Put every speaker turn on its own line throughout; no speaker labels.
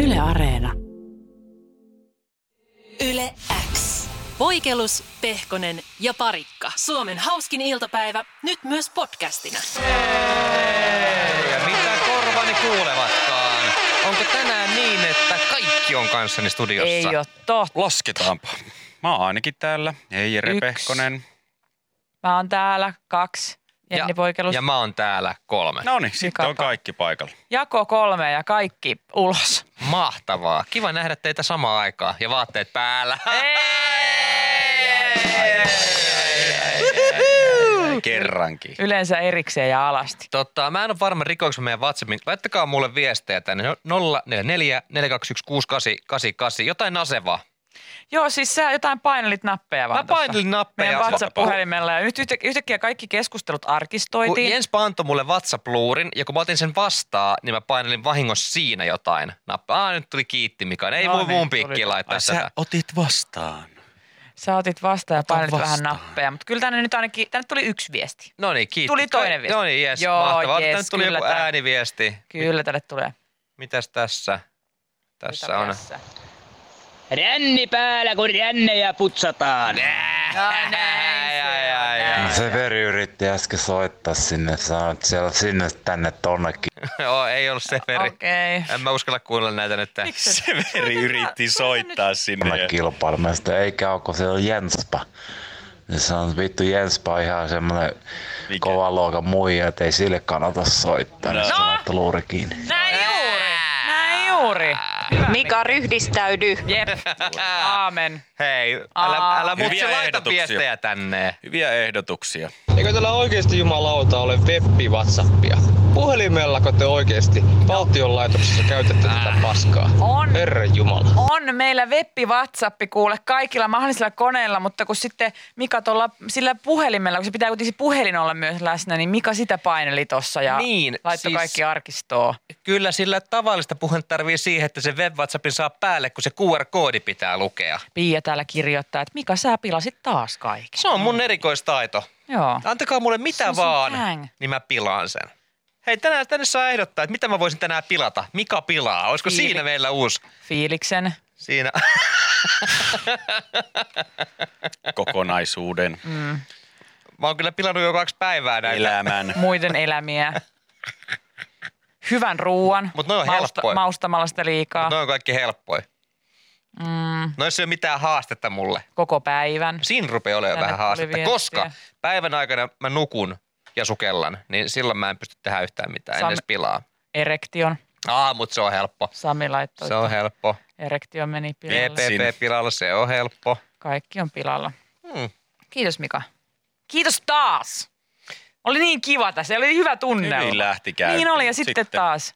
Yle Areena.
Yle X. Voikelus, Pehkonen ja Parikka. Suomen hauskin iltapäivä, nyt myös podcastina.
Eikä mitään korvani kuulevatkaan. Onko tänään niin, että kaikki on kanssani studiossa?
Ei ole totta.
Lasketaanpa. Mä oon ainakin täällä. Hei Jere
Yksi.
Pehkonen.
Mä oon täällä kaksi. Jenni ja, Voikelus.
ja
Ja...
mä oon täällä kolme. No.
No niin, sitten on
Mika.
kaikki paikalla.
Jako kolme ja kaikki ulos.
Mahtavaa. Kiva nähdä teitä samaan aikaan ja vaatteet päällä.
Kerrankin.
Yleensä erikseen ja alasti.
Totta, mä en ole varma, rikoinko mä meidän WhatsAppin. Laittakaa mulle viestejä tänne No, 044 421 6888. Jotain asevaa.
Joo, siis sä jotain painelit nappeja vaan
Mä painelin nappeja.
Meidän WhatsApp-puhelimella ja nyt yhtä- yhtäkkiä kaikki keskustelut
Kun
arkistoitiin.
Jens antoi mulle WhatsApp-luurin ja kun mä otin sen vastaan, niin mä painelin vahingossa siinä jotain. Nappa. Ah, nyt tuli kiitti Mika. Ei
No
voi
niin,
muun
tuli.
piikkiin laittaa
Ai
tätä.
sä otit vastaan.
Sä otit vastaan ja painelit
vastaan.
vähän nappeja, mutta kyllä tänne nyt ainakin, tänne tuli yksi viesti.
No niin, kiitti.
Tuli toinen viesti.
No niin, jes,
Joo,
mahtavaa.
jes,
Yes, tuli
kyllä
joku
tää-
ääniviesti.
Kyllä tänne tulee.
Mitäs tässä? Tässä on.
Ränni päällä, kun rännejä putsataan.
No näin se
Ai,
on,
ai,
näin.
Se veri yritti äsken soittaa sinne, sanoi, että siellä on sinne tänne tonnekin.
Joo, ei ollut se veri.
Okei. Okay.
En mä uskalla kuunnella näitä nyt.
Se veri yritti soittaa sinne.
Tonne
ja-
kilpailmasta, eikä ole, kun siellä on Jenspa. Ja se on vittu Jenspa on ihan semmonen
Mikä?
kova luokan muija, että ei sille kannata soittaa. No.
No.
Niin sanoi, että luuri kiinni.
Näin juuri. Näin juuri.
Mika, ryhdistäydy.
Jep. Aamen.
Hei, älä,
Aa.
älä
Hyviä
mutsi laita
ehdotuksia.
viestejä tänne.
Hyviä ehdotuksia.
Eikö teillä oikeesti jumalauta ole webbi WhatsAppia? Puhelimellako te oikeesti valtionlaitoksessa käytätte tätä paskaa?
On.
Herra Jumala.
On meillä webbi WhatsApp kuule kaikilla mahdollisilla koneilla, mutta kun sitten Mika tuolla sillä puhelimella, kun se pitää kuitenkin se puhelin olla myös läsnä, niin Mika sitä paineli tossa ja
Niin,
laittoi
siis-
kaikki arkistoon.
Kyllä sillä tavallista puhelinta tarvii siihen, että se web WhatsAppin saa päälle, kun se QR-koodi pitää lukea.
Pia täällä kirjoittaa, että Mika sä pilasit taas kaikki.
Se on mun erikoistaito.
Joo.
Antakaa mulle mitä
on sun
vaan,
hang.
niin mä pilaan sen. Hei, tänään tänne saa ehdottaa, että mitä mä voisin tänään pilata. Mika pilaa. Olisiko
Fiili-
siinä meillä uusi?
Fiiliksen.
Siinä.
Kokonaisuuden,
Mä oon kyllä pilannut jo kaksi päivää näitä.
elämän.
muiden elämiä. Hyvän ruoan.
Mut noi on helppoja.
Maustamalla sitä liikaa.
Mut no- Ne on kaikki helppoja. Mm. Noissa ei ole mitään haastetta mulle.
Koko päivän.
Siinä rupeaa olemaan
Tänne
vähän
tuli
haastetta,
viestiä.
koska päivän aikana mä nukun ja sukellan, niin silloin mä en pysty tehdä yhtään mitään, en
Sam-
edes pilaa.
Erektion.
Aa, mut se on helppo.
Sami laittoi.
Se on helppo.
Erektio meni pilalle.
Jep.
EPP pilalla, se on helppo.
Kaikki on pilalla.
Hmm.
Kiitos Mika. Kiitos taas. Oli niin kiva tässä. Oli hyvä tunne.
Hyvin lähti käyntiin.
Niin oli ja sitten, taas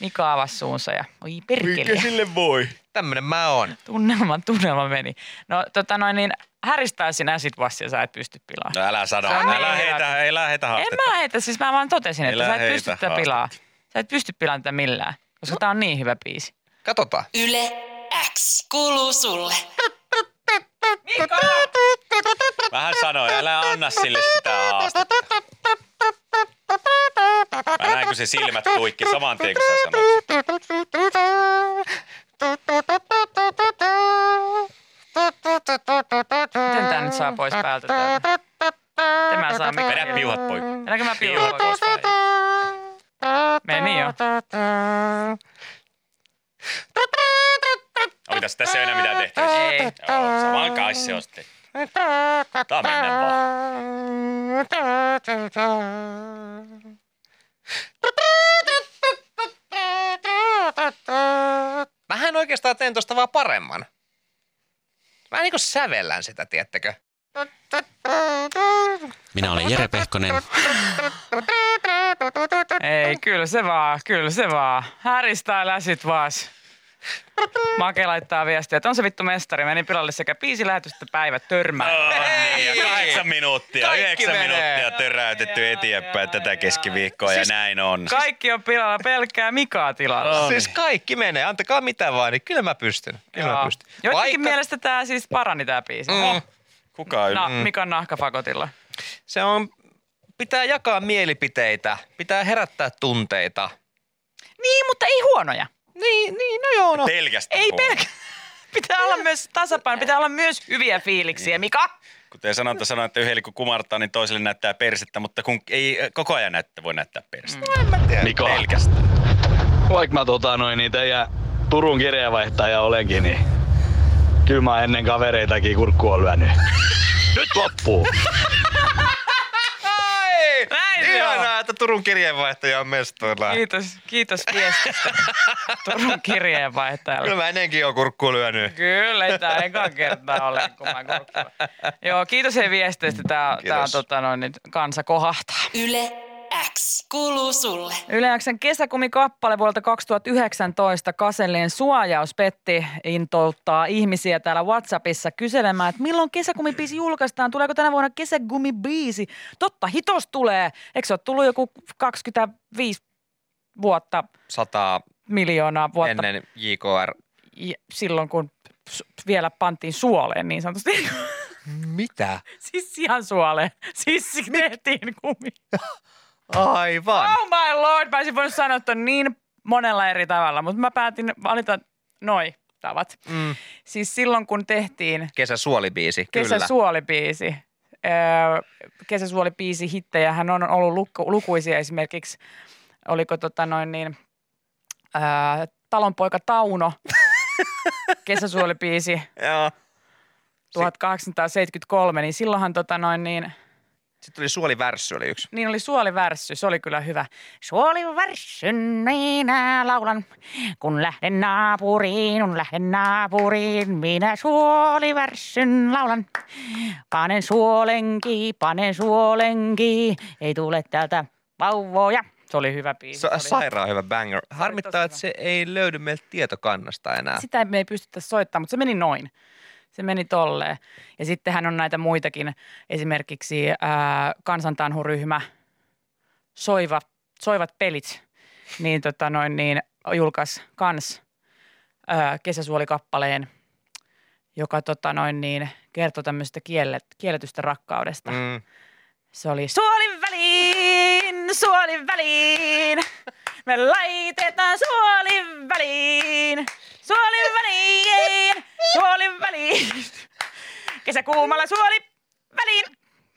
Mika avasi suunsa ja oi perkele.
sille voi?
Tämmönen mä oon.
Tunnelma, tunnelma meni. No tota noin niin häristäisin äsit vassia, sä et pysty pilaamaan.
No älä sano,
Se on
älä
niin
heitä, ei lähetä haastetta.
En mä heitä, siis mä vaan totesin, että
Elä
sä et pysty
heitä
tätä pilaa. Sä et pysty pilaan tätä millään, koska tää on niin hyvä biisi.
Katsotaan.
Yle X. Kuuluu sulle.
Vähän sanoin, älä anna sille sitä haastetta. Mä näin, kun se silmät tuikki saman tien, kun sä sanoit.
Miten tää nyt saa pois päältä täältä? Miten mä saan mikä?
Vedä piuhat poikki.
Mennäänkö mä piuhan
Piuhat pois vai?
Meni jo.
Onko tässä, tässä ei ole enää mitään tehtävissä?
Ei.
Joo, samaan kai se on sitten. Tää mennään vaan.
Mähän oikeastaan teen tosta vaan paremman. Mä niinku sävellän sitä, tiettäkö?
Minä olen Jere Pehkonen.
Ei, kyllä se vaan, kyllä se vaan. Häristää läsit vaas. Make laittaa viestiä, että on se vittu mestari. Meni pilalle sekä biisilähetys että päivä törmää.
No niin, ja kahdeksan minuuttia,
Kaikki
yhdeksän
menee.
minuuttia töräytetty eteenpäin tätä keskiviikkoa
Siis
ja näin on.
Kaikki on pilalla pelkkää Mikaa tilalla.
No
Siis kaikki menee, antakaa mitä vaan, niin kyllä mä pystyn. Kyllä mä
Joo.
pystyn.
Joidenkin mielestä tämä siis parani tämä biisi.
Mm.
Kuka
Na,
on?
Mikan nahkapakotilla.
Se on, pitää jakaa mielipiteitä, pitää herättää tunteita.
Niin, mutta ei huonoja. Niin, niin, no joo, no.
Pelkästään
Ei
huono.
pelkä. Pitää olla myös tasapaino, pitää olla myös hyviä fiiliksiä, Mika.
Kuten sanonta sanoi, että yhdelle kun kumartaa, niin toiselle näyttää persettä, mutta kun ei äh, koko ajan näyttä, voi näyttää persettä.
Mm.
Mika,
Pelkästään.
vaikka mä tota noin, niin teidän Turun kirjeenvaihtaja olenkin, niin kyllä mä ennen kavereitakin kurkku on lyönyt. Nyt loppuu!
Ai,
Näin se on.
Ihanaa, että Turun kirjeenvaihtaja on mestoilla.
Kiitos, kiitos viestistä Turun kirjeenvaihtajalle.
Kyllä mä ennenkin oon kurkkuun lyönyt.
Kyllä, ei tämä eka kertaa ole, kun mä kurkkuan. Joo, kiitos hei viesteistä. Tämä, tämä on
Mm, Kiitos.
tota noin, niin kansa kohahtaa.
Yle X kuuluu sulle.
Yleäksen kesäkumikappale vuodelta 2019 Kasellien suojaus Petti intouttaa ihmisiä täällä Whatsappissa kyselemään, että milloin kesäkumibiisi julkaistaan, tuleeko tänä vuonna kesäkumibiisi? Totta, hitos tulee. Eikö se ole tullut joku 25 vuotta,
Sata
miljoonaa vuotta
ennen JKR.
j- silloin, kun su- vielä pantiin suoleen niin sanotusti.
Mitä?
siis ihan suoleen. Siis tehtiin kumi.
Aivan.
Oh my lord, mä olisin voinut sanoa ton niin monella eri tavalla, mutta mä päätin valita noi tavat.
Mm.
Siis silloin, kun tehtiin
Kesä suolibiisi, kyllä.
kesäsuolipiisi, öö, kesäsuolipiisi hittejähän on ollut lukku, lukuisia esimerkiksi, oliko tota noin niin, öö, talonpoika Tauno, kesäsuolipiisi
Joo.
1873, niin silloinhan tota noin niin –
Sitten tuli suolivärssy oli yksi.
Niin oli suolivärssy, se oli kyllä hyvä. Suolivärssyn minä laulan, kun lähden naapuriin, kun lähden naapuriin, minä suolivärssyn laulan. Panen suolenki, panen suolenki, ei tule täältä vauvoja. Se oli hyvä biisi.
Se
Niin, Se
on
oli.
sairaan hyvä banger. Harmittaa,
tosi
että se ei löydy meiltä tietokannasta enää.
Sitä me ei pystytä soittamaan, mutta se meni noin. Se meni tolleen. Ja sittenhän on näitä muitakin, esimerkiksi ää, kansantanhuryhmä, soiva, soivat pelit, niin, tota noin, niin julkaisi kans ää, kesäsuolikappaleen, joka tota noin, niin, kertoo tämmöistä kiellet, kielletystä rakkaudesta. Mm.
Mm.
Se oli suolin väliin, suolin väliin. Me laitetaan suolin väliin, suolin väliin, suolin väliin. Kesäkuumalla suoli väliin.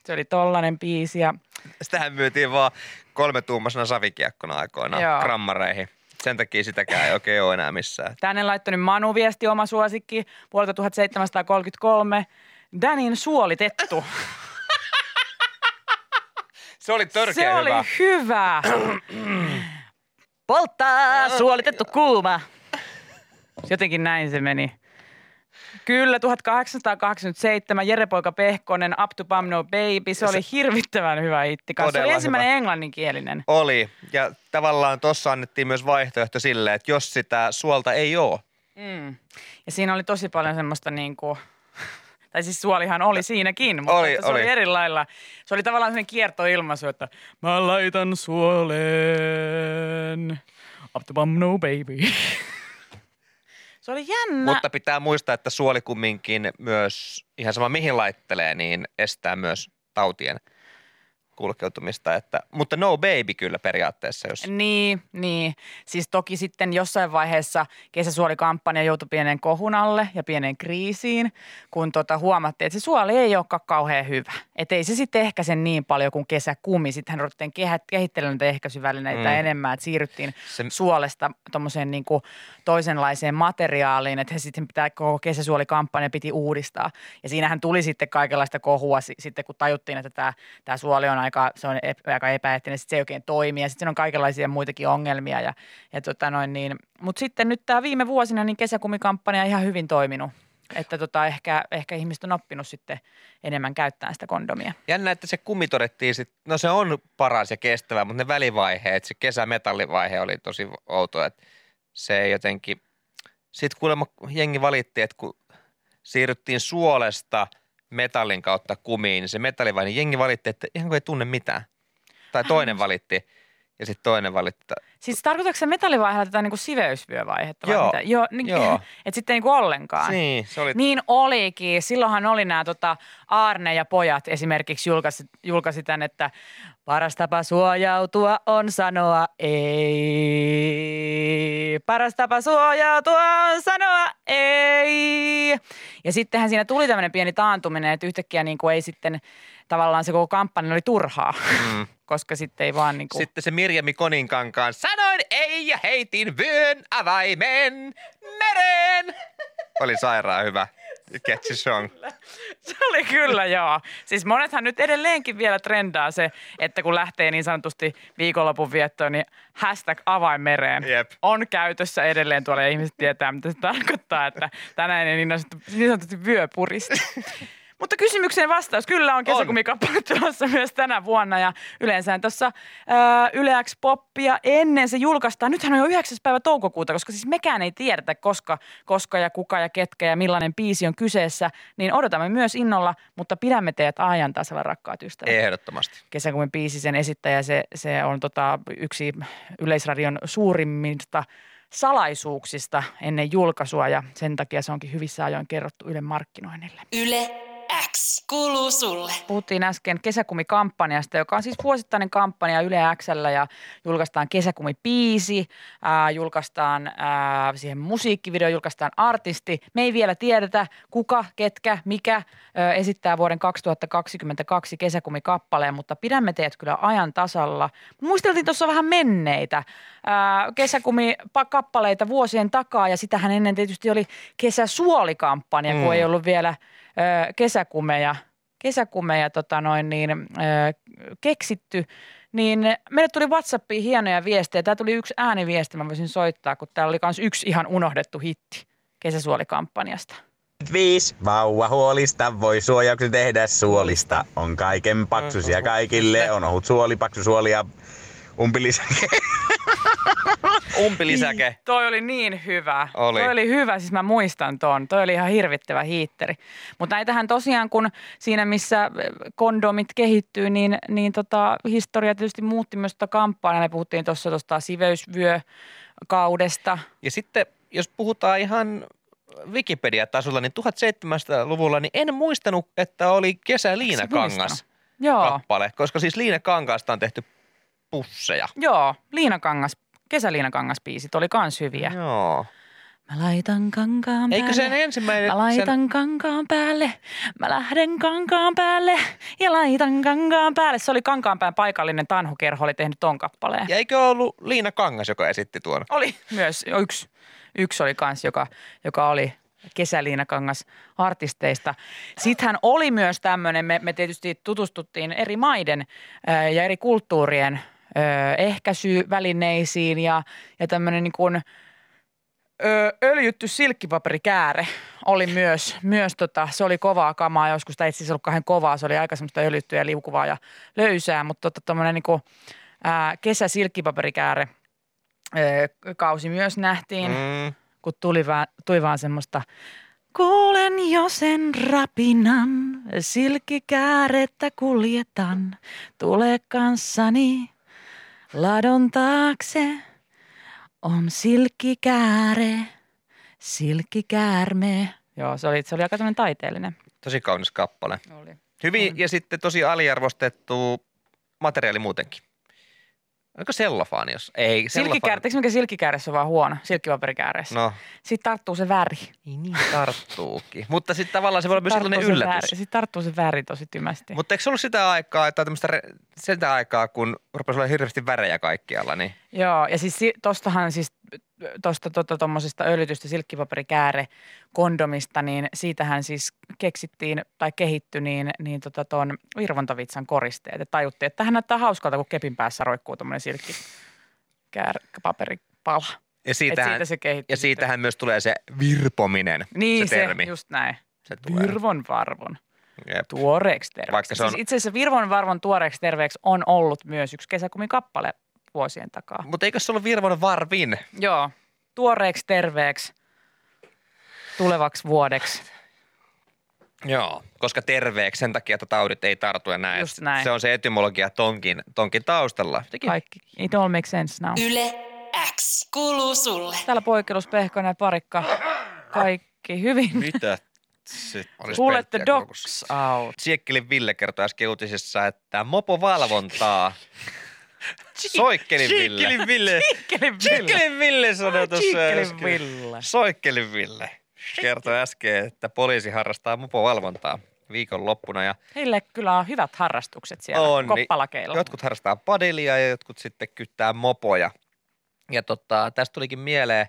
Se oli tollanen biisi ja
Sitähän myytiin vaan kolmetuumaisena savikiekkona aikoinaan
Joo.
grammareihin. Sen takia sitäkään ei oikein ole enää missään.
tänne laittanut Manu viesti oma suosikki vuodelta 1733. Danin suolitettu.
Se oli törkeä
Se oli
hyvä.
hyvä. Polttaa suolitettu kuuma. Jotenkin näin se meni. Kyllä, 1887 Jerepoika Pehkonen, Up to Bum No Baby. Se oli hirvittävän hyvä hitti. kanssa. Se oli
Todella
ensimmäinen englanninkielinen.
Oli. Ja tavallaan tuossa annettiin myös vaihtoehto sille, että jos sitä suolta ei ole,
Mm. Ja siinä oli tosi paljon semmoista niin kuin, tai siis suolihan oli siinäkin, mutta
Oli,
että se oli.
oli.
eri lailla. Se oli tavallaan sellainen kiertoilmaisu, että mä laitan suoleen, up the bum no baby. se oli jännä.
Mutta pitää muistaa, että suoli kumminkin myös, ihan sama mihin laittelee, niin estää myös tautien kulkeutumista. Että, mutta no baby kyllä periaatteessa, jos
Niin, niin. Siis toki sitten jossain vaiheessa kesäsuolikampanja joutui pienen kohun alle ja pienen kriisiin, kun tota huomattiin, että se suoli ei olekaan kauhean hyvä. Että ei se sitten ehkäise niin paljon kuin kesäkumi. Sittenhän ruvettiin kehä- kehittelemään näitä ehkäisyvälineitä
Mm.
mm. enemmän, että siirryttiin
se
suolesta tuommoiseen niin toisenlaiseen materiaaliin, että he sitten pitää koko kesäsuolikampanja piti uudistaa. Ja siinähän tuli sitten kaikenlaista kohua si- sitten, kun tajuttiin, että tämä, tämä suoli on aika, se on ep- aika epäeettinen, sitten se ei oikein toimi ja sitten siinä on kaikenlaisia muitakin ongelmia. Ja, ja tota noin niin. Mutta sitten nyt tämä viime vuosina niin kesäkumikampanja on ihan hyvin toiminut. Että tota, ehkä, ehkä ihmiset on oppinut sitten enemmän käyttämään sitä kondomia.
jännä, että se kumi todettiin sit, no se on paras ja kestävä, mutta ne välivaiheet, se kesämetallivaihe oli tosi outo, että se ei jotenkin, sitten kuulemma jengi valitti, että kun siirryttiin suolesta metallin kautta kumiin, niin se metallivaihe, niin jengi valitti, että ihan kun ei tunne mitään. Tai toinen valitti. ja sitten toinen valittaa.
Siis tarkoitatko se metallivaihetta tätä niinku siveysvyövaihetta? vai
Joo.
Mitä? Joo, niin,
Joo.
Joo. Et sitten niinku ollenkaan.
Niin, se oli-
niin olikin. Silloinhan oli nämä tota, Arne ja pojat esimerkiksi julkaisi, julkaisi tämän, että paras tapa suojautua on sanoa ei. Paras tapa suojautua on sanoa ei. Ja sittenhän siinä tuli tämmöinen pieni taantuminen, että yhtäkkiä niinku ei sitten tavallaan se koko kampanja oli turhaa. Mm. Koska sitten ei vaan niinku...
Sitten se Mirjami Koninkankaan sanoin ei ja heitin vyön avaimen mereen. Oli sairaan hyvä. Catchy song.
Se oli kyllä, joo. Siis monethan nyt edelleenkin vielä trendaa se, että kun lähtee niin sanotusti viikonlopun viettoon, niin hashtag avainmereen
Jep.
on käytössä edelleen tuolla ja ihmiset tietää, mitä se tarkoittaa, että tänään ei niin sanottu- niin sanotusti vyö puristi. Mutta kysymykseen vastaus kyllä on kesäkumikappale tulossa myös tänä vuonna ja yleensä tuossa Yleäks Poppia ennen se julkaistaan. Nythän on jo 9. päivä toukokuuta, koska siis mekään ei tiedetä koska, koska ja kuka ja ketkä ja millainen biisi on kyseessä, niin odotamme myös innolla, mutta pidämme teidät ajan tasalla rakkaat ystävät
Ehdottomasti.
kesäkuun biisi, sen esittäjä, se, se on tota, yksi Yleisradion suurimmista salaisuuksista ennen julkaisua ja sen takia se onkin hyvissä ajoin kerrottu Ylen markkinoinnille.
Yle X kuuluu sulle.
Puhuttiin äsken kesäkumikampanjasta, joka on siis vuosittainen kampanja Yle Xllä ja julkaistaan kesäkumipiisi, ää, julkaistaan ää, siihen musiikkivideo, julkaistaan artisti. Me ei vielä tiedetä kuka, ketkä, mikä ö, esittää vuoden 2022 kesäkumikappaleen, mutta pidämme teidät kyllä ajan tasalla. Muisteltiin tuossa vähän menneitä ää, kesäkumikappaleita vuosien takaa ja sitähän ennen tietysti oli kesäsuolikampanja, mm. kun ei ollut vielä ö, kesäkumeja kesäkumeja tota noin, niin, ö, keksitty, niin meille tuli WhatsAppiin hienoja viestejä. Tämä tuli yksi ääniviesti, mä voisin soittaa, kun täällä oli myös yksi ihan unohdettu hitti kesäsuolikampanjasta.
5. Vauvahuolista voi suojauksen tehdä suolista. On kaiken paksusia kaikille. On ohut suoli, paksu suoli ja umpilisäke.
Umpilisäke.
Toi oli niin hyvä.
Oli.
Toi oli hyvä, siis mä muistan ton. Toi oli ihan hirvittävä hiitteri. Mutta näitähän tosiaan, kun siinä missä eh, kondomit kehittyy, niin, niin tota, historia tietysti muutti myös tota kampanjaa. Me puhuttiin tuossa tuosta siveysvyökaudesta.
Ja sitten, jos puhutaan ihan Wikipedia-tasolla, niin 1700-luvulla niin en muistanut, että oli kesä Liina Kangas
muistanut? Siis Joo,
kappale, koska siis Liina Kangaasta on tehty pusseja.
joo. Liinakangas, kesäliinakangasbiisit oli kans hyviä.
Joo.
Mä laitan kankaan
Eikö sen
päälle.
ensimmäinen-
Mä laitan
sen-
kankaan päälle. Mä lähden kankaan päälle ja laitan kankaan päälle. Se oli kankaanpään paikallinen tanhukerho, oli tehnyt ton kappaleen.
Ja eikö ollut Liina Kangas, joka esitti tuon?
Oli myös yksi, yksi oli kans, joka, joka oli kesäliinakangas artisteista. Sittenhän oli myös tämmöinen, me, me tietysti tutustuttiin eri maiden ää, ja eri kulttuurien ää, ehkäisyvälineisiin ja, ja tämmöinen niin kuin ö, öljytty silkkipaperikääre oli myös, myös tota, se oli kovaa kamaa joskus, tai itse asiassa ollut kahden kovaa, se oli aika semmoista öljyttyä ja liukuvaa ja löysää, mutta tota, tommonen niinku, ää, kesä silkkipaperikääre ö, kausi myös nähtiin,
Mm.
kun tuli vaan, tuli vaan semmoista Kuulen jo sen rapinan, silkkikäärettä kuljetan, tule kanssani ladon taakse. On silkkikääre, silkkikäärme. Joo, se oli, se oli aika tämmöinen taiteellinen.
Tosi kaunis kappale.
Oli.
Hyvin
Mm.
ja sitten tosi aliarvostettu materiaali muutenkin. Onko sellofaani, jos ei?
Silkkikäärme, eikö mikä silkkikääressä on vaan huono, silkkipaperikääreessä?
No,
Sitten tarttuu se väri.
ei niin tarttuukin. Mutta sitten tavallaan se voi olla myös
Tarttuu
sellainen
se väri.
yllätys.
Sitten tarttuu se väri tosi tymästi.
Mutta eikö se ollut sitä aikaa, että tämmöistä re- sitä aikaa, kun rupesi olla hirveästi värejä kaikkialla, niin
Joo, ja siis si- tostahan siis tuosta tuommoisesta tota, öljytystä silkkipaperikääre kondomista, niin siitähän siis keksittiin tai kehittyi niin, niin tota ton virvontavitsan koristeet. Ja tajuttiin, että tähän näyttää hauskalta, kun kepin päässä roikkuu tuommoinen silkkipaperipala.
ja siitähän,
siitä se kehittyi
ja
sitten.
siitähän myös tulee se virpominen,
Niin
se termi.
just näin.
Se tulee.
Virvon varvon.
Jep.
Tuoreeksi terveeksi.
Vaikka se on-
siis itse asiassa Virvon varvon tuoreeksi terveeksi on ollut myös yksi kesäkumin kappale vuosien takaa.
Mutta eikö se ollut virvon varvin?
Joo, tuoreeksi terveeksi, tulevaksi vuodeksi.
Joo, koska terveeksi sen takia, että taudit ei tartu ja näin.
Just näin.
Se on se etymologia tonkin, tonkin taustalla. Jotenkin
Kaikki. It all makes sense now.
Yle X kuuluu sulle.
Täällä poikkeus, Pehkonen ja Parikka. Kaikki hyvin.
Mitä sitten?
olisi
Kuulette
pelttiä kurkussa.
dogs out.
Siekkelin Ville kertoi äsken uutisissa, että mopovalvontaa. Soikkelin Ville.
Chiikkelin Ville.
Sikkelin Ville.
Siekkelin Ville sanoi tuossa
Sikkelin
äsken.
Ville.
Soikkelin Ville kertoi äsken, että poliisi harrastaa mopovalvontaa viikonloppuna. Ja
Heille kyllä on hyvät harrastukset siellä
On,
on,
niin
koppalakeilla.
Jotkut harrastaa padelia ja jotkut sitten kyttää mopoja. Ja tota, tästä tulikin mieleen,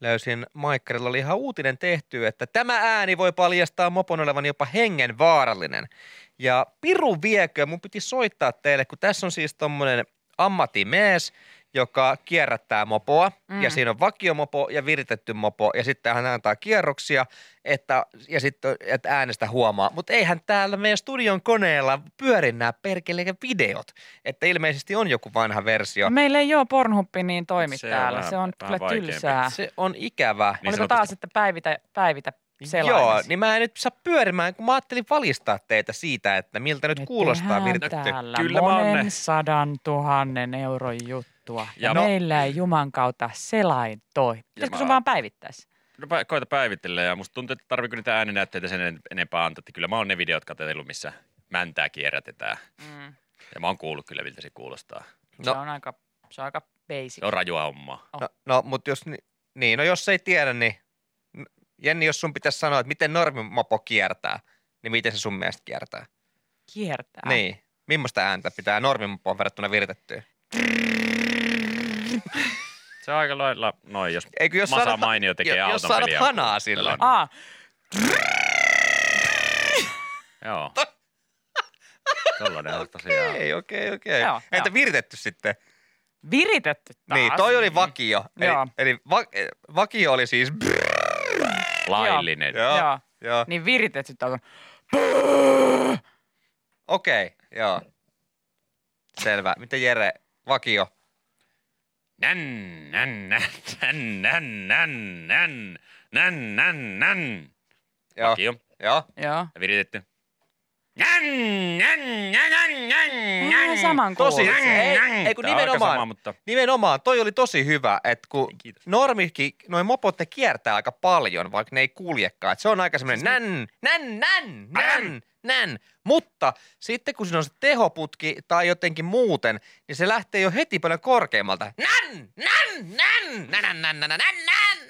löysin Maikkarilla oli ihan uutinen tehty, että tämä ääni voi paljastaa mopon olevan jopa hengen vaarallinen. Ja piru viekö, mun piti soittaa teille, kun tässä on siis tommonen ammattimies, joka kierrättää mopoa mm. ja
Mm.
siinä on vakiomopo ja viritetty mopo ja sitten hän antaa kierroksia että, ja sitten että äänestä huomaa. Mutta eihän täällä meidän studion koneella pyöri nämä perkeleen videot, että ilmeisesti on joku vanha versio.
Meillä ei ole Pornhubbi niin toimi
Se
se
on
täällä.
vähän-
se on
vähän
kyllä
vaikeampi.
tylsää.
Se on ikävä.
Niin
Oliko
sanotusti.
taas, että päivitä, päivitä
Joo,
selaimesi?
niin mä en nyt saa pyörimään, kun mä ajattelin valistaa teitä siitä, että miltä nyt
Me
kuulostaa
tehdään
viritetty.
täällä
Kyllä
Kyllä
mä oon
monen
ne.
sadan tuhannen euron juttua. Ja,
Ja
ja
mä-
meillä ei juman kautta selain toi. Pitäisikö
mä-
sun vaan päivittäis?
No pä- koita päivitellä ja musta tuntuu, että tarviiko niitä ääninäytteitä sen en- enempää antaa. Että kyllä mä oon ne videot katsellut, missä mäntää kierrätetään.
Mm.
Ja mä oon kuullut kyllä, miltä se kuulostaa.
Se,
No.
on aika, se on aika basic.
Se on rajua hommaa.
No, no mutta jos, ni- niin, no jos ei tiedä, niin Jenni, jos sun pitäisi sanoa, että miten normimapo kiertää, niin miten se sun mielestä kiertää?
Kiertää.
Niin. Millaista ääntä pitää normimapoon verrattuna viritettyyn?
Se on aika lailla noin, jos
Eikö jos
Masa
saadat-
Mainio tekee
jo- Jos
auton
saadat
peliä.
hanaa silloin.
Aa,
Joo. Tällainen on tosiaan.
Okei, okei, okei.
Joo,
Entä
joo.
viritetty sitten?
viritetty taas.
Niin, toi oli vakio. Eli,
Joo.
eli va- eh, vakio oli siis...
Laillinen.
Joo.
Joo.
Joo.
Niin viritetty taas on.
Okei, joo. Selvä. Miten Jere, vakio?
Nän, nän, nän, nän, nän, nän, nän, nän, nän, nän.
Joo.
Vakio.
Joo.
Joo.
Ja viritetty. Nän, nän, nän, nän, nän,
Vähän
nän.
saman
Tosi,
kuulosta.
ei, ei kun
Tää on aika
nimenomaan,
sama, mutta
Nimenomaan, toi oli tosi hyvä, että
Niin,
kun
Kiitos.
normikin, noin mopot ne kiertää aika paljon, vaikka ne ei kuljekaan. Et se on aika semmoinen
Siis
nän, nän, nän, nän, nän. Mutta sitten kun siinä on se tehoputki tai jotenkin muuten, niin se lähtee jo heti paljon korkeammalta. Nän, nän, nän, nän, nän, nän, nän, nän,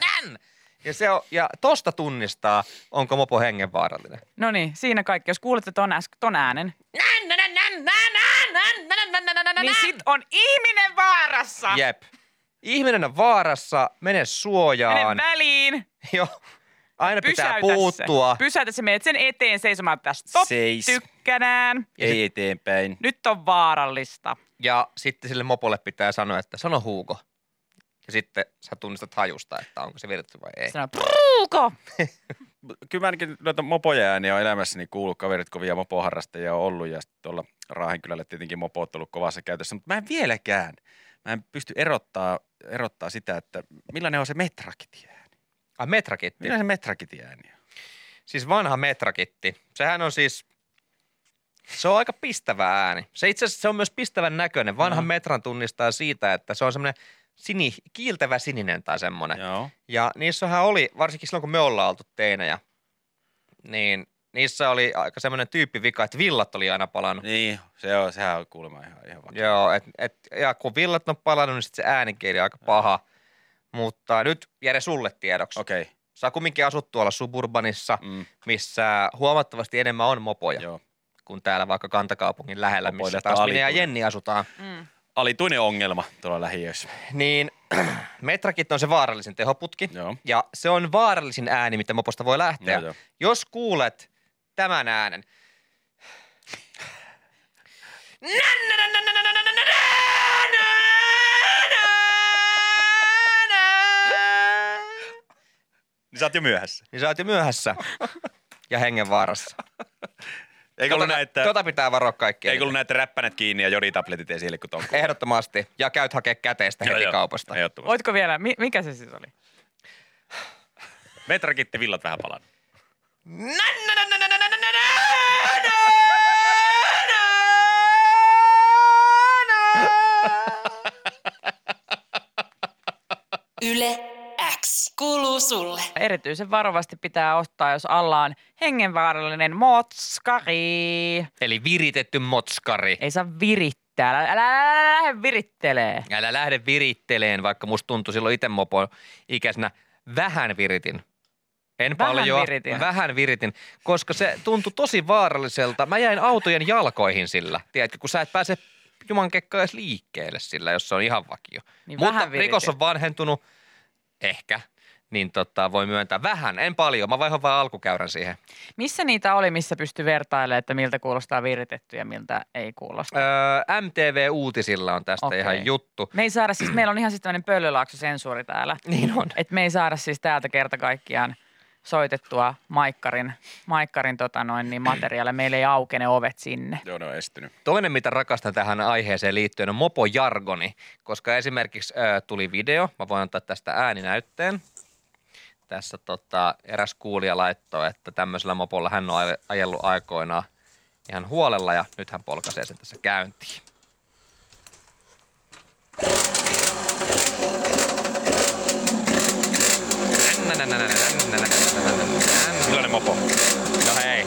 nän. Ja, se on, ja tosta tunnistaa, onko mopo hengenvaarallinen.
No niin, siinä kaikki. Jos kuulette ton, äs- ton äänen,
Nän, nän, nän, nän, nän, nän, nän, nän, nän, nän,
niin
nän.
sit on ihminen vaarassa.
Jep. Ihminen on vaarassa, mene
Mene
suojaan.
väliin.
Joo. Aina pitää
Pysäytä
puuttua. Siis.
Se. Pysäytä se, menet sen eteen seisomaan tästä. Stop,
Seis.
tykkänään.
ei eteenpäin.
Nyt on vaarallista.
ja sitten sille mopolle pitää sanoa, että sano huuko. Ja sitten sä tunnistat hajusta, että onko se virtetty vai ei.
Sano, pruuko.
Kyllä mä ainakin noita mopoja ääniä on elämässäni kuullut. Kaverit kovia mopoharrastajia on ollut ja sitten tuolla Raahenkylällä tietenkin mopo on ollut kovassa käytössä. Mutta mä en vieläkään, mä en pysty erottaa, erottaa sitä, että millainen on se metrakitie.
Ai Ah, metrakitti.
Millainen se metrakitie ääni on?
Siis vanha metrakitti. Sehän on siis, se on aika pistävä ääni. Se itse asiassa se on myös pistävän näköinen. Vanhan
Mm.
Joo.
metran tunnistaa siitä, että se on semmoinen sini, kiiltävä sininen tai semmoinen.
Joo.
Ja niissähän oli, varsinkin silloin kun me ollaan oltu teinejä, niin niissä oli aika semmoinen tyyppivika, että villat oli aina palannut.
Niin, se on, sehän on kuulemma ihan, ihan vakio.
Joo, et, et, ja kun villat on palannut, niin sit se äänikieli on aika paha. Mutta nyt Jere sulle tiedoksi. Okay.
Okei. Okay.
Sä kumminkin asut tuolla suburbanissa,
Mm,
missä huomattavasti enemmän on mopoja
joo.
kuin täällä vaikka kantakaupungin lähellä,
Mopoilijat
missä taas
on
minä ja
alituinen.
Jenni asutaan.
Mm.
Alituinen ongelma tuolla lähiössä.
Niin metrakit on se vaarallisin tehoputki.
Joo.
Ja se on vaarallisin ääni, mitä moposta voi lähteä.
Joo, joo.
Jos kuulet tämän äänen.
Niin sä oot jo myöhässä.
Niin sä oot jo myöhässä ja hengenvaarassa.
Eikö ollut näitä,
Tota pitää varoa kaikkea.
eikö ollut näitä räppänät kiinni ja joditabletit esille, kun ton kuulee?
Ehdottomasti. Ja käyt hakea käteistä
Joo,
heti
joo.
kaupasta.
Ehdottomasti.
Voitko vielä, mi- mikä se siis oli?
Metrakitti villat vähän palan.
Yle X kuuluu sulle.
Erityisen varovasti pitää ottaa, jos alla on hengenvaarallinen motskari.
Eli viritetty motskari.
Ei saa virittää. Älä, älä, älä, älä lähde virittelee.
Älä lähde viritteleen, vaikka musta tuntui silloin itse mopon ikäisenä. Vähän viritin. En
Vähän
paljon,
viritin.
vähän viritin, koska se tuntui tosi vaaralliselta. Mä jäin autojen jalkoihin sillä, tiedätkö, kun sä et pääse juman kekkaa edes liikkeelle sillä, jos se on ihan vakio.
Niin
Mutta
vähän viritin.
rikos on vanhentunut, ehkä, niin tota, voi myöntää vähän, en paljon. Mä vaihan vaan alkukäyrän siihen.
Missä niitä oli, missä pystyi vertailemaan, että miltä kuulostaa viritetty ja miltä ei kuulosta?
Öö, MTV-uutisilla on tästä okay. ihan juttu.
Me ei saada siis, meillä on ihan siis tämmöinen pöllölaaksosensuuri täällä.
Niin on.
Et me ei saada siis täältä kerta kaikkiaan soitettua maikkarin, maikkarin tota noin, niin materiaalia. Meillä ei aukene ovet sinne.
Joo, ne on estynyt.
Toinen, mitä rakastan tähän aiheeseen liittyen, on mopojargoni, koska esimerkiksi ö, tuli video, mä voin antaa tästä ääninäytteen. Tässä tota, eräs kuulija laittoi, että tämmöisellä mopolla hän on aj- ajellut aikoinaan ihan huolella ja nyt hän polkaisee sen tässä käyntiin.
Millainen mopo?
No hei.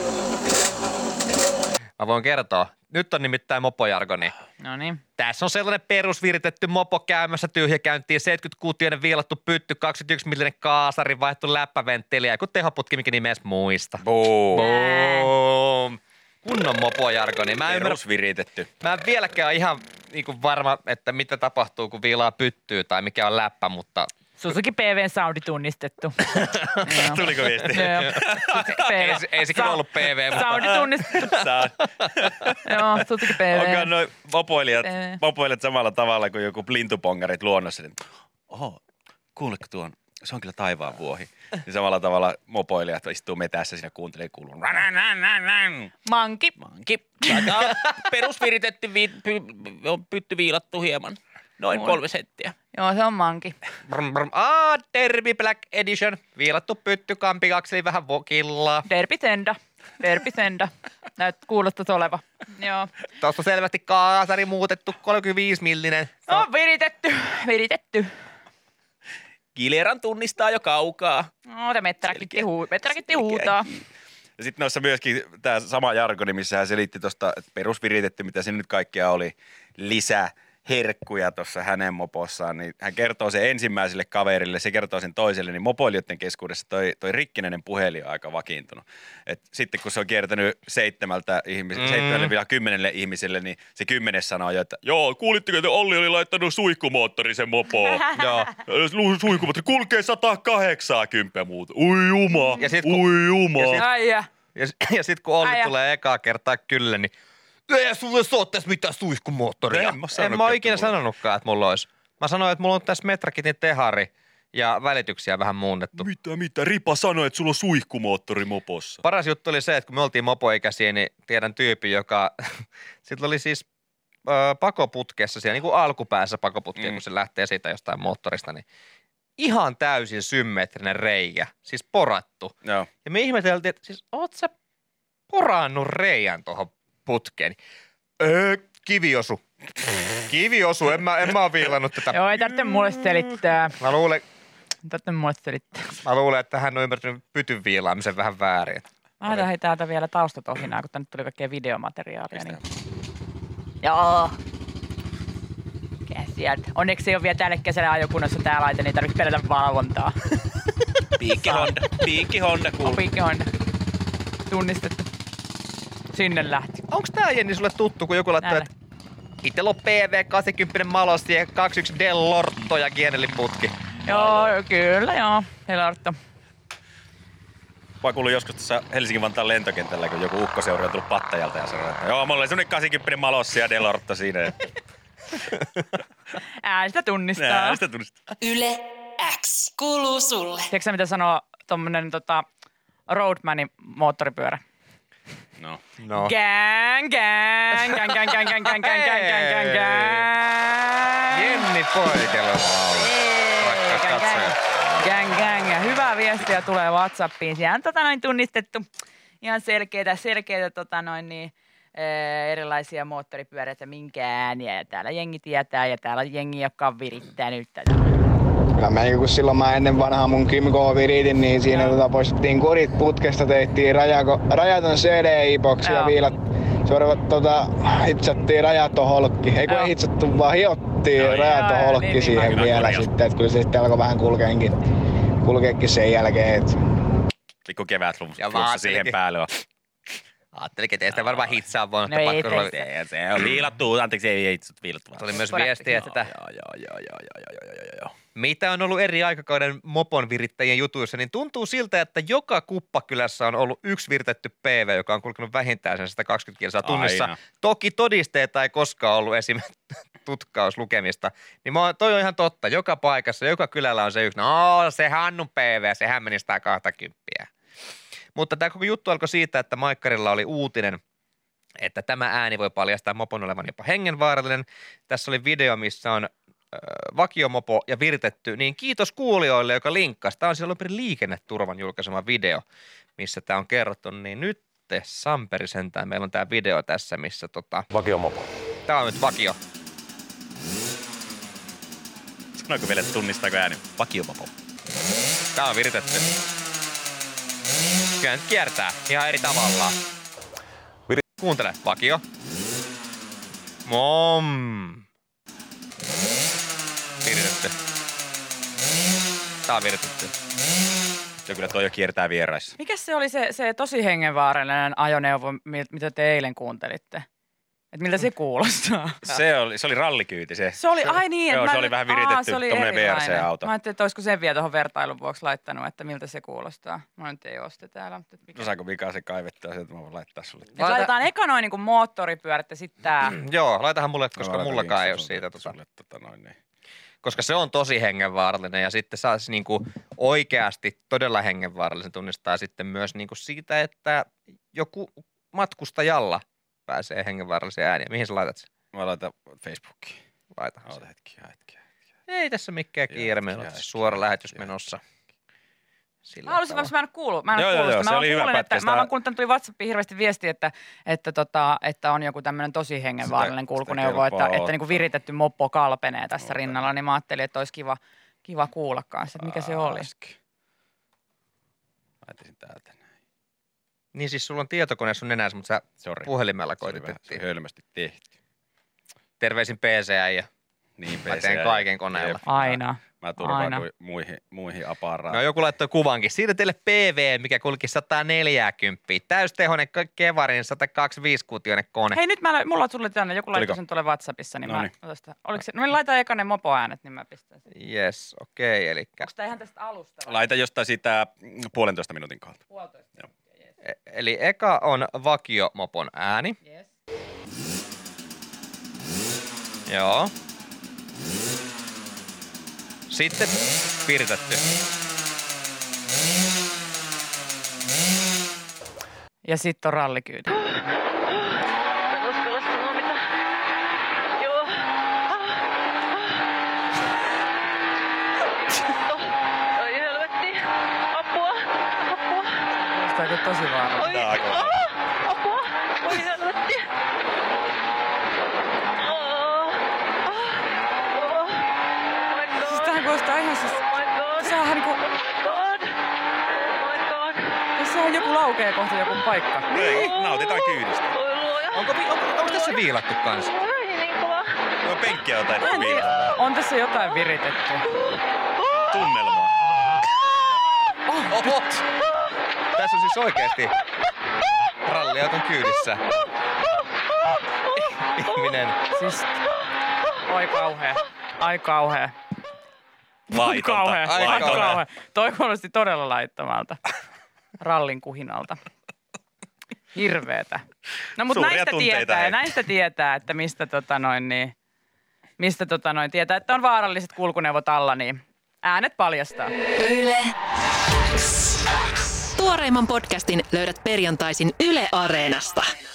Mä voin kertoa. Nyt on nimittäin mopojargoni.
No niin.
Tässä on sellainen perusviritetty mopo käymässä tyhjäkäyntiin, 76-tiöinen viilattu pytty, 21 millinen kaasari, vaihtu läppäventteliä, ja kun tehoputki, mikä nimes muista.
Boom.
Boom. Kunnon mopojargoni. Mä en, ymmärrä,
Perusviritetty.
mä en vieläkään ihan niinku varma, että mitä tapahtuu, kun viilaa pyttyy tai mikä on läppä, mutta
Susuki PVn soundi tunnistettu. Joo.
No. Tuliko viesti?
Joo. Suzuki PV.
ei, se- ei se kyllä
Sa-
ollut PV, mutta
Soundi tunnistettu.
Saa.
Joo, Suzuki PV.
Onko noin mopoilijat,
Tee.
mopoilijat samalla tavalla kuin joku lintupongarit luonnossa? Niin, oho, kuuletko tuon? Se on kyllä taivaan vuohi. Niin samalla tavalla mopoilijat istuu metässä siinä kuuntelee kuuluu.
Manki.
Manki. Aika perusviritetty, vi- py- on pytty viilattu hieman. Noin
Noin.
kolme senttiä.
Joo, se on manki.
brr, brr, aa, Ah, Derby Black Edition, viilattu pytty, kampikakseli vähän vokilla.
Derby tenda. Derby tenda. Näyt kuulostat oleva. Joo.
Tuossa on selvästi kaasari muutettu, 35 millinen.
No, viritetty. Viritetty.
Kileran tunnistaa jo kaukaa.
No, te mettäräkitti,
Selkeä.
huu, mettäräkitti
Selkeä.
huutaa.
Ja sitten noissa myöskin tämä sama jargoni, missä hän selitti tuosta perusviritetty, mitä se nyt kaikkea oli, lisää herkkuja tuossa hänen mopossaan, niin hän kertoo sen ensimmäiselle kaverille, se kertoo sen toiselle, niin mopoilijoiden keskuudessa toi, toi rikkinäinen puhelin on aika vakiintunut. Et sitten kun se on kiertänyt seitsemältä ihmiselle,
Mm.
mm. seitsemälle vielä kymmenelle ihmiselle, niin se kymmenes sanoo jo, että joo, kuulitteko, että Olli oli laittanut suihkumoottori sen mopoon.
Joo.
Lu- Suihkumoottori kulkee 180 muuta. Ui juma,
Ja sit kun-
ui juma.
Äijä.
Ja, s- ja sitten kun Olli
Äijä.
tulee ekaa kertaa kyllä, niin ei sulle ole tässä mitään suihkumoottoria.
En mä
en
sanonutkaan,
mä ole
että
ikinä
mulla on.
sanonutkaan, että mulla olisi. Mä sanoin, että mulla on tässä Metrakitin tehari ja välityksiä vähän muunnettu.
Mitä, mitä? Ripa sanoi, että sulla on suihkumoottori mopossa.
Paras juttu oli se, että kun me oltiin mopoikäisiä, niin tiedän tyypin, joka... Sillä oli siis ö, pakoputkessa siellä, niin kuin alkupäässä pakoputkea,
Mm.
kun se lähtee siitä jostain moottorista, niin ihan täysin symmetrinen reikä, siis porattu.
Joo.
Ja me ihmeteltiin, että siis oot sä porannut reijän tuohon putkeen? Öö, kivi osu. Kivi osu, en mä, en mä oo viilannut tätä.
Joo, ei tarvitse mulle selittää.
Mä luulen,
Ei tarvitse mulle selittää.
mä luulen, että hän on ymmärtänyt pytyn viilaamisen vähän väärin.
Mä laitan hei täältä vielä taustatohinaa, kun tänne tuli kaikkea videomateriaalia. Niin. Joo. Mikä sieltä? Onneksi ei ole vielä tälle kesällä ajokunnossa tää laite, niin ei tarvitse pelätä valvontaa.
Piikki Honda, piikki Honda kuuluu.
Opike on tunnistettu. Sinne lähti.
Onks tää Jenni sulle tuttu, kun joku laittaa,
Näillä.
että Itellä on PV80 Malossi ja 21 Del Lorto ja kieneliputki.
Joo, kyllä joo. Helartto.
Mä kuulin joskus tässä Helsingin Vantaan lentokentällä, kun joku ukkoseuri on tullut pattajalta ja sanoi, että joo, mulla oli semmonen 80 malossi ja Delortta siinä.
Äänestä tunnistaa.
Nää, sitä tunnistaa.
Yle X kuuluu sulle.
Tiedätkö sä, mitä sanoo tommonen tota, roadmanin moottoripyörä?
No.
No.
Gang, gang, gang, gang, gang, gang, gang, gang, gang, gang, gang, gang.
Jenni Poikelo.
Gang, gang. Gang, gang. Ja hyvä Hyvää viestiä tulee Whatsappiin. Siellä on tota noin tunnistettu ihan selkeitä, selkeitä tota noin niin, ee, erilaisia moottoripyöräitä, minkä ääniä. Ja täällä jengi tietää ja täällä on jengi, joka on virittänyt tätä.
Kyllä mä niinku silloin mä ennen vanhaa mun Kim K viritin, niin siinä tota poistettiin korit putkesta, tehtiin rajako, rajaton CD-ipoksi ja
Joo.
viilat suorat tota, hitsattiin rajaton holkki. Ei kun ei hitsattu, vaan hiottiin
Joo,
no,
joo,
rajaton
joo,
holkki
niin, niin,
siihen
kyllä,
vielä
korjaus.
sitten. Et kyllä se sitten alkoi vähän kulkeenkin, kulkeekin sen jälkeen. Et
Pikku kevät
Ja
flunssa siihen
vaatelikin.
päälle on.
Ajattelinkin, että ei sitä varmaan hitsaa voinut.
No
että
ei
pakko
tietenkään.
olla-
Se on viilattu, anteeksi, ei, ei itse viilattu. vaan-
Tuli myös viestiä, että tätä-
Joo, joo, joo, joo, joo, joo, joo, joo, joo.
Mitä on ollut eri aikakauden mopon virittäjien jutuissa, niin tuntuu siltä, että joka kuppakylässä on ollut yksi viritetty PV, joka on kulkenut vähintään sen 120 kilsaa tunnissa.
Aina.
Toki todisteita ei koskaan ollut esim. tutkauslukemista. Niin mä, oon- toi on ihan totta. Joka paikassa, joka kylällä on se yksi. No, se Hannun PV, sehän meni 120. Mutta tämä koko juttu alkoi siitä, että Maikkarilla oli uutinen, että tämä ääni voi paljastaa mopon olevan jopa hengenvaarallinen. Tässä oli video, missä on ö, vakiomopo ja virtetty, niin kiitos kuulijoille, joka linkkasi. Tämä on silloin perin liikenneturvan julkaisema video, missä tämä on kerrottu, niin nyt Samperi sentään. Meillä on tämä video tässä, missä tota...
Vakiomopo.
Tämä on nyt vakio.
Sanoiko vielä, että tunnistaako ääni? Vakiomopo.
Tää on viritetty. Kyllä nyt kiertää ihan eri tavalla. Kuuntele, vakio. Mom. Viritetty. Tää on viritetty.
Joo, kyllä toi jo kiertää vieraissa.
Mikä se oli se, se tosi hengenvaarallinen ajoneuvo, mi- mitä te eilen kuuntelitte? Et miltä se kuulostaa?
Se oli, se oli rallikyyti se.
Se oli, ai niin. että
Joo,
mä
se
en-
oli vähän
aa,
viritetty,
se oli
tommonen
erilainen.
VRC-auto.
Mä ajattelin, että olisiko sen vielä tuohon vertailun vuoksi laittanut, että miltä se kuulostaa. Mä nyt ei ole sitä täällä. Mutta et mikä...
No saanko Mika se kaivettua sieltä, mä voin laittaa sulle.
Et laitetaan eka noin niin moottoripyörät ja sitten tää.
Joo, laitahan mulle, koska
laitan
mullakaan ei ole
vinksin
siitä. Tota,
Tota noin, niin.
koska se on tosi hengenvaarallinen ja sitten saa siis niinku oikeasti todella hengenvaarallisen tunnistaa sitten myös niinku siitä, että joku matkustajalla pääsee hengenvaarallisia ääniä. Mihin sä laitat sen?
Mä laitan Facebookiin.
Laitahan
Oota hetki, hetki.
Ei tässä mikään kiire, meillä on tässä suora lähetys menossa. Sillä
Mä halusin,
tavalla.
vaan, mä en ole kuullut. Mä en
Joo,
ole
joo,
kuullut
joo,
sitä.
se
Mä
oli
vaan
hyvä
kuulin,
pätkä.
että,
Sitä-
mä vaan kuulin, että tuli WhatsAppiin hirveästi viestiä, että, että, tota, että on joku tämmöinen tosi hengenvaarallinen
Sitä-
kulkuneuvo,
sitä
että,
kelpaa
että niin kuin viritetty moppo kalpenee tässä rinnalla, niin mä ajattelin, että olisi kiva, kiva kuulla kanssa, että mikä se oli.
Laitaisin täältä.
Niin siis sulla on tietokone sun nenässä, mutta sä
Sorry.
puhelimella
Se
koitettiin.
on hölmästi tehty.
Terveisin PCI ja
Niin,
mä teen
PCI.
kaiken koneella.
Jep. Aina. Mä
Aina.
turvauduin muihin, muihin aparaan.
No joku laittoi kuvankin. Siinä teille PV, mikä kulki 140. Täystehoinen ke- Kevarin 125 kuutioinen kone.
Hei nyt mä, mulla on sulle tänne, joku
Niin. Tuliko?
laittoi sen tuolle WhatsAppissa, niin
Noniin.
mä otan sitä. Oliko se, no me laitan eka ne mopoäänet, niin mä pistän sen.
Yes, okei, eli
Onko tää ihan tästä alusta?
No
Laita jostain sitä mm, puolentoista minuutin kohdalta.
eli eka on vakiomopon ääni.
Yes.
Joo. Sitten piirtetty.
Ja sitten on rallikyyti.
Oi helvetti. Apua. Apua.
Kuulostaako tosi vaarallista?
Oi. Ah, Apua. Oi helvetti. Ah, ah, oh.
Siis tähän kuulostaa ihan siis... Sehän on niinku... Tässä on joku laukee kohta joku paikka.
Ei, nautitaan kyydistä.
Onko, onko, onko tässä viilattu kanssa?
Oi niin kova.
No penkkiä on
Mä en
taidettu
tiedä.
viilata.
Niin. On tässä jotain viritetty.
Tunnelmaa.
Oh, Oho. Tässä on siis oikeasti ralliauton kyydissä. Ihminen.
Siis... Oi kauhea. Ai kauhea. Ai
Laitonta,
kauhea. Ai
laitonta.
kauhea. Toi kuulosti todella laittomalta. Rallin kuhinalta. Hirveetä. No mutta
Suuria
näistä
tunteita,
tietää,
hei.
näistä tietää, että mistä tota noin niin, mistä tota noin tietää, että on vaaralliset kulkuneuvot alla, niin äänet paljastaa.
Yle X. Tuoreimman podcastin löydät perjantaisin Yle Areenasta.